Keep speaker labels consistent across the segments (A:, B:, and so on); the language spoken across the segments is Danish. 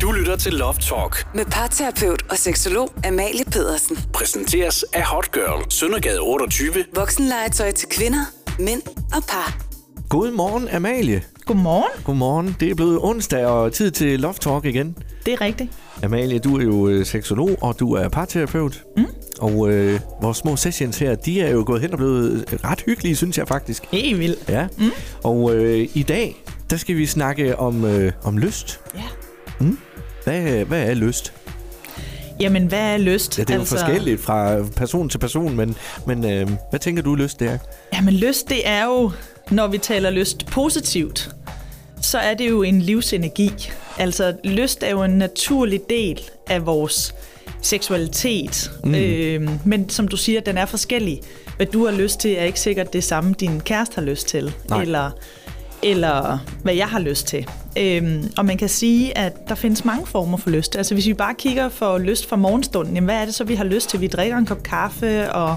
A: Du lytter til Love Talk.
B: Med parterapeut og seksolog Amalie Pedersen.
A: Præsenteres af Hot Girl. Søndergade 28.
B: Voksenlegetøj til kvinder, mænd og par.
C: Godmorgen, Amalie.
D: Godmorgen.
C: Godmorgen. Det er blevet onsdag og tid til Love Talk igen.
D: Det er rigtigt.
C: Amalie, du er jo øh, seksolog, og du er parterapeut. Mm. Og øh, vores små sessions her, de er jo gået hen og blevet øh, ret hyggelige, synes jeg faktisk.
D: Helt vildt.
C: Ja. Mm. Og øh, i dag, der skal vi snakke om, øh, om lyst.
D: Ja.
C: Hvad, hvad er lyst?
D: Jamen, hvad er lyst?
C: Ja, det er altså... jo forskelligt fra person til person, men, men øh, hvad tænker du, lyst det er?
D: Jamen, lyst, det er jo, når vi taler lyst positivt, så er det jo en livsenergi. Altså, lyst er jo en naturlig del af vores seksualitet. Mm. Øh, men som du siger, den er forskellig. Hvad du har lyst til, er ikke sikkert det samme, din kæreste har lyst til.
C: Nej.
D: Eller, eller hvad jeg har lyst til. Øhm, og man kan sige, at der findes mange former for lyst. Altså hvis vi bare kigger for lyst fra morgenstunden, jamen, hvad er det så, vi har lyst til? Vi drikker en kop kaffe, og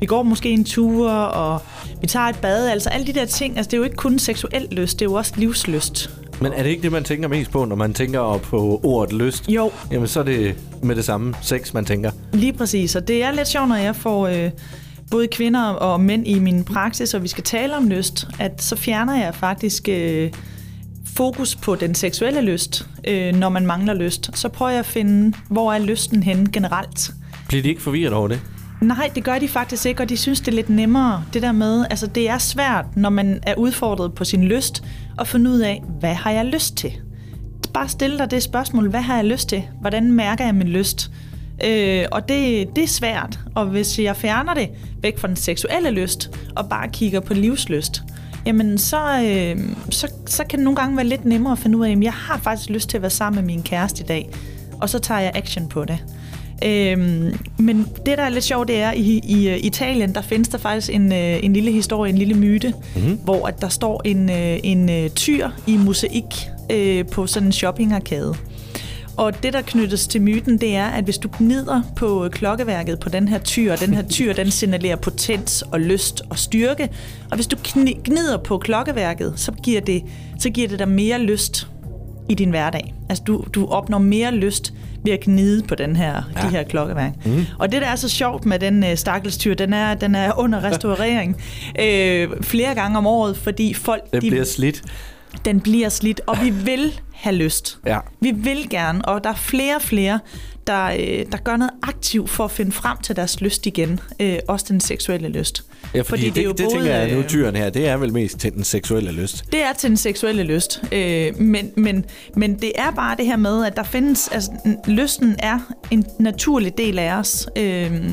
D: vi går måske en tur, og vi tager et bad. Altså alle de der ting, altså det er jo ikke kun seksuel lyst, det er jo også livslyst.
C: Men er det ikke det, man tænker mest på, når man tænker på ordet lyst?
D: Jo.
C: Jamen, så er det med det samme sex, man tænker.
D: Lige præcis, og det er lidt sjovt, når jeg får øh, både kvinder og mænd i min praksis, og vi skal tale om lyst, at så fjerner jeg faktisk øh, fokus på den seksuelle lyst, øh, når man mangler lyst. Så prøver jeg at finde, hvor er lysten henne generelt.
C: Bliver de ikke forvirret over det?
D: Nej, det gør de faktisk ikke, og de synes, det er lidt nemmere, det der med, altså det er svært, når man er udfordret på sin lyst, at finde ud af, hvad har jeg lyst til? Bare stille dig det spørgsmål, hvad har jeg lyst til? Hvordan mærker jeg min lyst? Øh, og det, det er svært, og hvis jeg fjerner det væk fra den seksuelle lyst, og bare kigger på livslyst, jamen så, øh, så, så kan det nogle gange være lidt nemmere at finde ud af, at jeg har faktisk lyst til at være sammen med min kæreste i dag, og så tager jeg action på det. Øhm, men det, der er lidt sjovt, det er, i, i øh, Italien, der findes der faktisk en, øh, en lille historie, en lille myte, mm-hmm. hvor at der står en, øh, en øh, tyr i mosaik øh, på sådan en shoppingarkade. Og det, der knyttes til myten, det er, at hvis du gnider på øh, klokkeværket på den her tyr, og den her tyr, den signalerer potens og lyst og styrke, og hvis du kni- gnider på klokkeværket, så giver det, så giver det dig mere lyst i din hverdag. Altså, du, du opnår mere lyst ved at gnide på den her, ja. de her klokkeværk.
C: Mhm.
D: Mm. Og det, der er så sjovt med den øh, stakkelstyr, den er, den er under restaurering øh, flere gange om året, fordi folk
C: Det bliver slidt.
D: den bliver slidt, og vi vil have lyst.
C: Ja.
D: Vi vil gerne, og der er flere og flere, der, øh, der gør noget aktivt for at finde frem til deres lyst igen. Øh, også den seksuelle lyst.
C: Ja, fordi, fordi det, det, det tænker jeg nu,
D: øh,
C: tyren her, det er vel mest til den seksuelle lyst.
D: det er til den seksuelle lyst, øh, men, men, men det er bare det her med, at der findes, altså n- lysten er en naturlig del af os. Øh,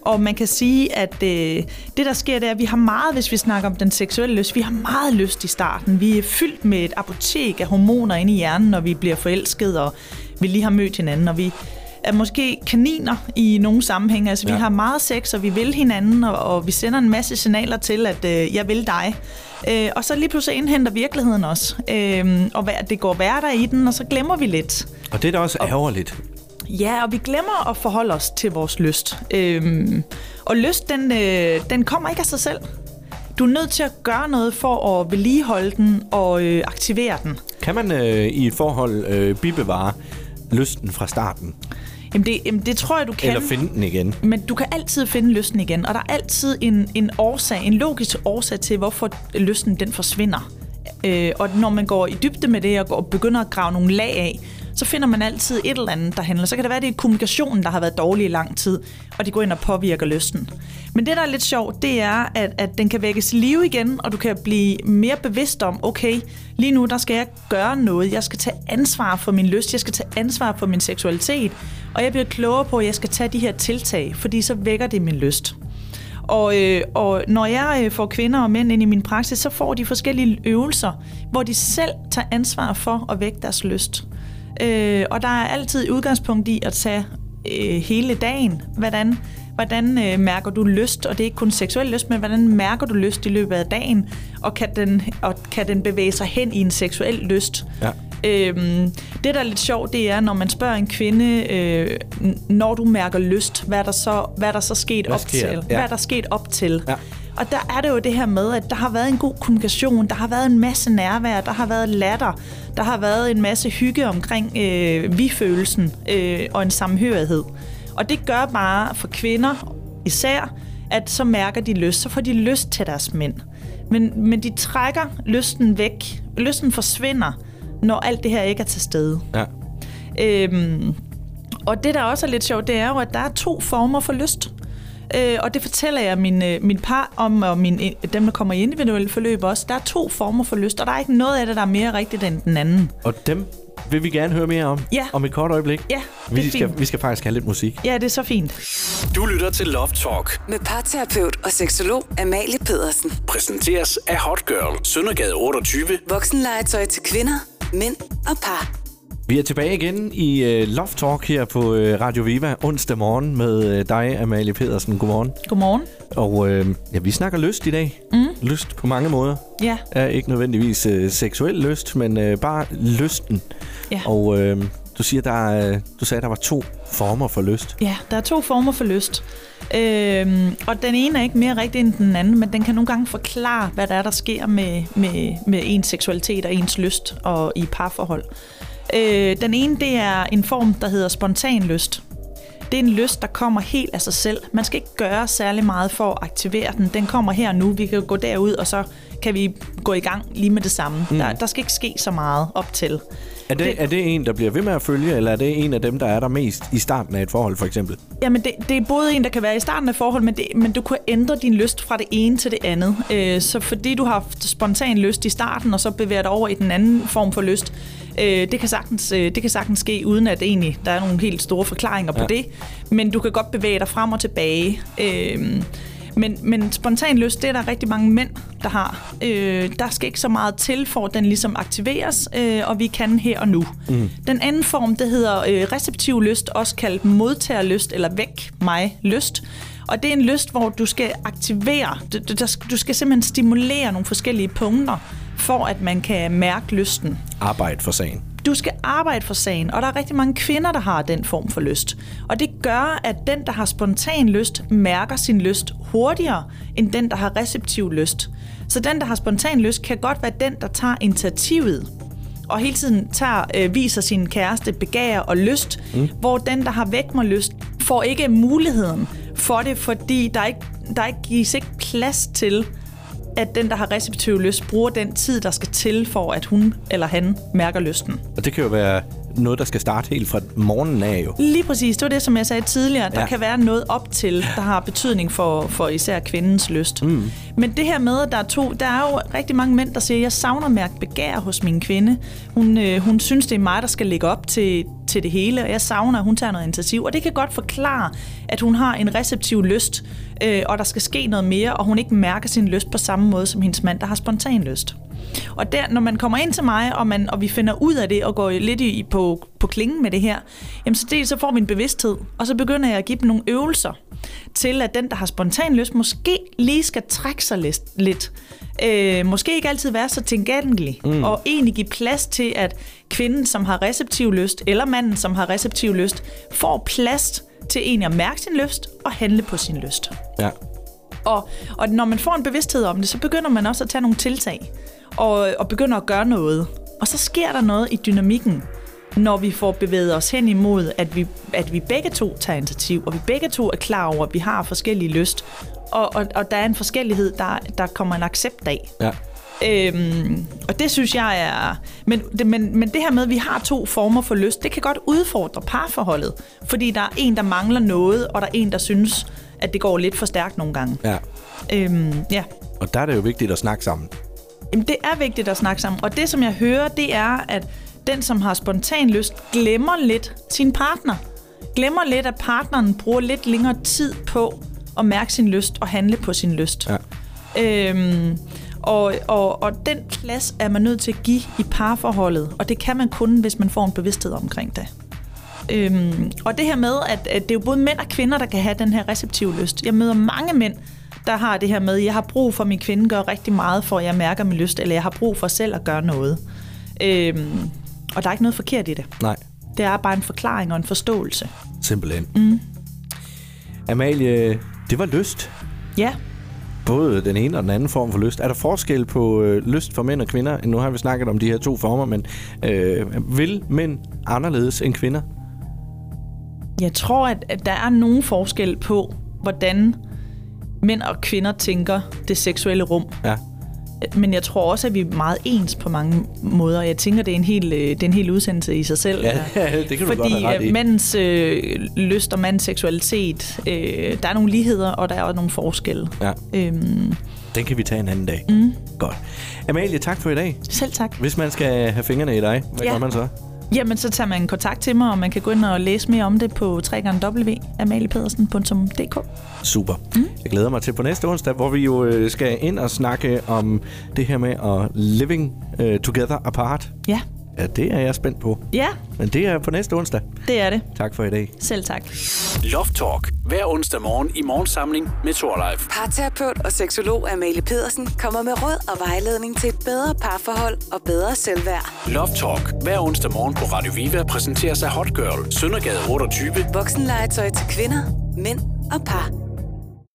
D: og man kan sige, at øh, det der sker, det er, at vi har meget, hvis vi snakker om den seksuelle lyst, vi har meget lyst i starten. Vi er fyldt med et apotek af hormoner inde i hjernen, når vi bliver forelsket, og vi lige har mødt hinanden, og vi er måske kaniner i nogle sammenhænge. Altså, ja.
C: Ja.
D: vi har meget sex, og vi vil hinanden, og, og vi sender en masse signaler til, at øh, jeg vil dig. Øh, og så lige pludselig indhenter virkeligheden os, øh, og hvad, det går hverdag i den, og så glemmer vi lidt.
C: Og det er da også ærgerligt.
D: Ja, og vi glemmer at forholde os til vores lyst. Øhm, og lyst, den, øh, den kommer ikke af sig selv. Du er nødt til at gøre noget for at vedligeholde den og øh, aktivere den.
C: Kan man øh, i et forhold øh, bibevare lysten fra starten?
D: Jamen det, jamen det tror jeg, du kan.
C: Eller finde den igen?
D: Men du kan altid finde lysten igen, og der er altid en, en årsag, en logisk årsag til, hvorfor lysten den forsvinder. Øh, og når man går i dybde med det og går, begynder at grave nogle lag af, så finder man altid et eller andet, der handler. Så kan det være, at det er kommunikationen, der har været dårlig i lang tid, og det går ind og påvirker lysten. Men det, der er lidt sjovt, det er, at, at den kan vækkes i live igen, og du kan blive mere bevidst om, okay, lige nu der skal jeg gøre noget. Jeg skal tage ansvar for min lyst, jeg skal tage ansvar for min seksualitet, og jeg bliver klogere på, at jeg skal tage de her tiltag, fordi så vækker det min lyst. Og, øh, og når jeg øh, får kvinder og mænd ind i min praksis, så får de forskellige øvelser, hvor de selv tager ansvar for at vække deres lyst. Øh, og der er altid udgangspunkt i at tage øh, hele dagen. Hvordan, hvordan øh, mærker du lyst? Og det er ikke kun seksuel lyst, men hvordan mærker du lyst i løbet af dagen? Og kan den, og kan den bevæge sig hen i en seksuel lyst?
C: Ja.
D: Øhm, det, der er lidt sjovt, det er, når man spørger en kvinde, øh, n- når du mærker lyst, hvad er der så, hvad er der så sket
C: Hvad
D: op
C: sker
D: til?
C: der? Ja.
D: Hvad er der sket op til?
C: Ja.
D: Og der er det jo det her med, at der har været en god kommunikation, der har været en masse nærvær, der har været latter, der har været en masse hygge omkring øh, vi-følelsen øh, og en samhørighed. Og det gør bare for kvinder især, at så mærker de lyst, så får de lyst til deres mænd. Men, men de trækker lysten væk, lysten forsvinder, når alt det her ikke er til stede.
C: Ja.
D: Øhm, og det, der også er lidt sjovt, det er jo, at der er to former for lyst. Øh, og det fortæller jeg min, øh, min par om, og min, øh, dem, der kommer i individuelle forløb også. Der er to former for lyst, og der er ikke noget af det, der er mere rigtigt end den anden.
C: Og dem vil vi gerne høre mere om
D: Ja.
C: om et kort øjeblik.
D: Ja, det er
C: vi skal,
D: fint.
C: vi skal faktisk have lidt musik.
D: Ja, det er så fint.
A: Du lytter til Love Talk.
B: Med parterapeut og seksolog Amalie Pedersen.
A: Præsenteres af Hot Girl, Søndergade 28.
B: Voksenlegetøj til kvinder, mænd og par.
C: Vi er tilbage igen i øh, Love Talk her på øh, Radio Viva onsdag morgen med øh, dig, Amalie Pedersen. Godmorgen.
D: Godmorgen.
C: Og øh, ja, vi snakker lyst i dag. Mm. Lyst på mange måder.
D: Ja,
C: Er ikke nødvendigvis øh, seksuel lyst, men øh, bare lysten.
D: Ja.
C: Og øh, du siger, der er, øh, du sagde, der var to former for lyst.
D: ja der er to former for lyst. Øhm, og den ene er ikke mere rigtig end den anden, men den kan nogle gange forklare, hvad der er, der sker med, med, med ens seksualitet og ens lyst og i parforhold. Øh, den ene, det er en form, der hedder spontan lyst. Det er en lyst, der kommer helt af sig selv. Man skal ikke gøre særlig meget for at aktivere den. Den kommer her og nu. Vi kan gå derud, og så kan vi gå i gang lige med det samme. Mm. Der, der skal ikke ske så meget op til.
C: Er det,
D: Det-
C: det... er det en, der bliver ved med at følge, eller er det en af dem, der er der mest i starten af et forhold, for eksempel?
D: Jamen, det, det er både en, der kan være i starten af forhold, men, det, men du kan ændre din lyst fra det ene til det andet. Øh, så fordi du har haft spontan lyst i starten, og så bevæger dig over i den anden form for lyst, øh, det, kan sagtens, øh, det kan sagtens ske, uden at egentlig der er nogle helt store forklaringer ja. på det. Men du kan godt bevæge dig frem og tilbage. Øh, men, men spontan lyst, det er der rigtig mange mænd, der har. Øh, der skal ikke så meget til, for at den ligesom aktiveres, øh, og vi kan her og nu. Mm. Den anden form, det hedder øh, receptiv lyst, også kaldt modtagerlyst, eller væk mig lyst. Og det er en lyst, hvor du skal aktivere, du, du, der skal- du skal simpelthen stimulere nogle forskellige punkter, for at man kan mærke lysten
C: Arbejde for sagen.
D: du skal arbejde for sagen, og der er rigtig mange kvinder, der har den form for lyst. Og det gør, at den, der har spontan lyst, mærker sin lyst hurtigere, end den, der har receptiv lyst. Så den, der har spontan lyst, kan godt være den, der tager initiativet og hele tiden tager, øh, viser sin kæreste begær og lyst, mm. hvor den, der har væk mig lyst, får ikke muligheden for det, fordi der, ikke, der ikke gives ikke plads til, at den, der har receptiv lyst, bruger den tid, der skal til, for at hun eller han mærker lysten.
C: Og det kan jo være noget, der skal starte helt fra morgenen af jo.
D: Lige præcis, det var det, som jeg sagde tidligere. Der
C: Ja.
D: ja. kan være noget op til, der har betydning for, for især kvindens lyst. Mm. Men det her med, at der er to, der er jo rigtig mange mænd, der siger, jeg savner at mærke begær hos min kvinde. Hun, øh, hun synes, det er mig, der skal lægge op til, til det hele, og jeg savner, at hun tager noget initiativ. Og det kan godt forklare, at hun har en receptiv lyst, øh, og der skal ske noget mere, og hun ikke mærker sin lyst på samme måde som hendes mand, der har spontan lyst. Og der, når man kommer ind til mig, og, man, og vi finder ud af det, og går lidt i, på, på klingen med det her, jamen så, dels så får vi en bevidsthed, og så begynder jeg at give dem nogle øvelser til, at den, der har spontan lyst, måske lige skal trække sig lidt. lidt. Øh, måske ikke altid være så tilgængelig, mm. og egentlig give plads til, at kvinden, som har receptiv lyst, eller manden, som har receptiv lyst, får plads til egentlig at mærke sin lyst og handle på sin lyst.
C: Ja.
D: Og, og når man får en bevidsthed om det, så begynder man også at tage nogle tiltag og, og begynder at gøre noget. Og så sker der noget i dynamikken, når vi får bevæget os hen imod, at vi, at vi begge to tager initiativ, og vi begge to er klar over, at vi har forskellige lyst, og, og, og der er en forskellighed, der, der kommer en accept af.
C: ja.
D: Øhm, og det synes jeg er... Men det, men, men det her med, at vi har to former for lyst, det kan godt udfordre parforholdet. Fordi der er en, der mangler noget, og der er en, der synes, at det går lidt for stærkt nogle gange.
C: Ja.
D: Øhm, ja.
C: Og der er det jo vigtigt at snakke sammen.
D: Jamen, det er vigtigt at snakke sammen. Og det, som jeg hører, det er, at den, som har spontan lyst, glemmer lidt sin partner. Glemmer lidt, at partneren bruger lidt længere tid på at mærke sin lyst og handle på sin lyst.
C: Ja.
D: Øhm, og, og, og den plads er man nødt til at give i parforholdet, og det kan man kun, hvis man får en bevidsthed omkring det. Øhm, og det her med, at, at det er jo både mænd og kvinder, der kan have den her receptive lyst. Jeg møder mange mænd, der har det her med, jeg har brug for, at min kvinde gør rigtig meget for, at jeg mærker min lyst, eller jeg har brug for selv at gøre noget. Øhm, og der er ikke noget forkert i det.
C: Nej,
D: Det er bare en forklaring og en forståelse.
C: simpelthen. Mm. Amalie, det var lyst
D: Ja,
C: på både den ene og den anden form for lyst. Er der forskel på øh, lyst for mænd og kvinder? Nu har vi snakket om de her to former, men øh, vil mænd anderledes end kvinder?
D: Jeg tror, at, at der er nogen forskel på, hvordan mænd og kvinder tænker det seksuelle rum.
C: Ja.
D: Men jeg tror også, at vi er meget ens på mange måder. Jeg tænker, det er en hel, øh, det er en hel udsendelse i sig selv.
C: Ja, det kan du godt
D: Fordi
C: have ret i.
D: øh, mandens øh, lyst og mandens seksualitet, øh, der er nogle ligheder, og der er også nogle forskelle.
C: Ja,
D: Øhm,
C: den kan vi tage en anden dag. Mm. Godt. Amalie, tak for i dag.
D: selv tak.
C: Hvis man skal have fingrene i dig, hvad ja.
D: Ja.
C: gør man så?
D: Jamen, så tager man kontakt til mig, og man kan gå ind og læse mere om det på www.amaliepedersen.dk.
C: Super. Mm. Jeg glæder mig til på næste onsdag, hvor vi jo øh, skal ind og snakke om det her med at living øh, together apart.
D: Ja.
C: Ja, det er jeg spændt på.
D: ja,
C: Men det er på næste onsdag.
D: det er det.
C: Tak for i dag.
D: Selv tak.
A: Loft Talk. Hver onsdag morgen i morgensamling med Thorleif.
B: Parterapeut og seksolog Amalie Pedersen kommer med råd og vejledning til et bedre parforhold og bedre selvværd.
A: Loft Talk. Hver onsdag morgen på Radio Viva præsenteres af Hot Girl. Søndergade 28.
B: Voksenlegetøj til kvinder, mænd og par.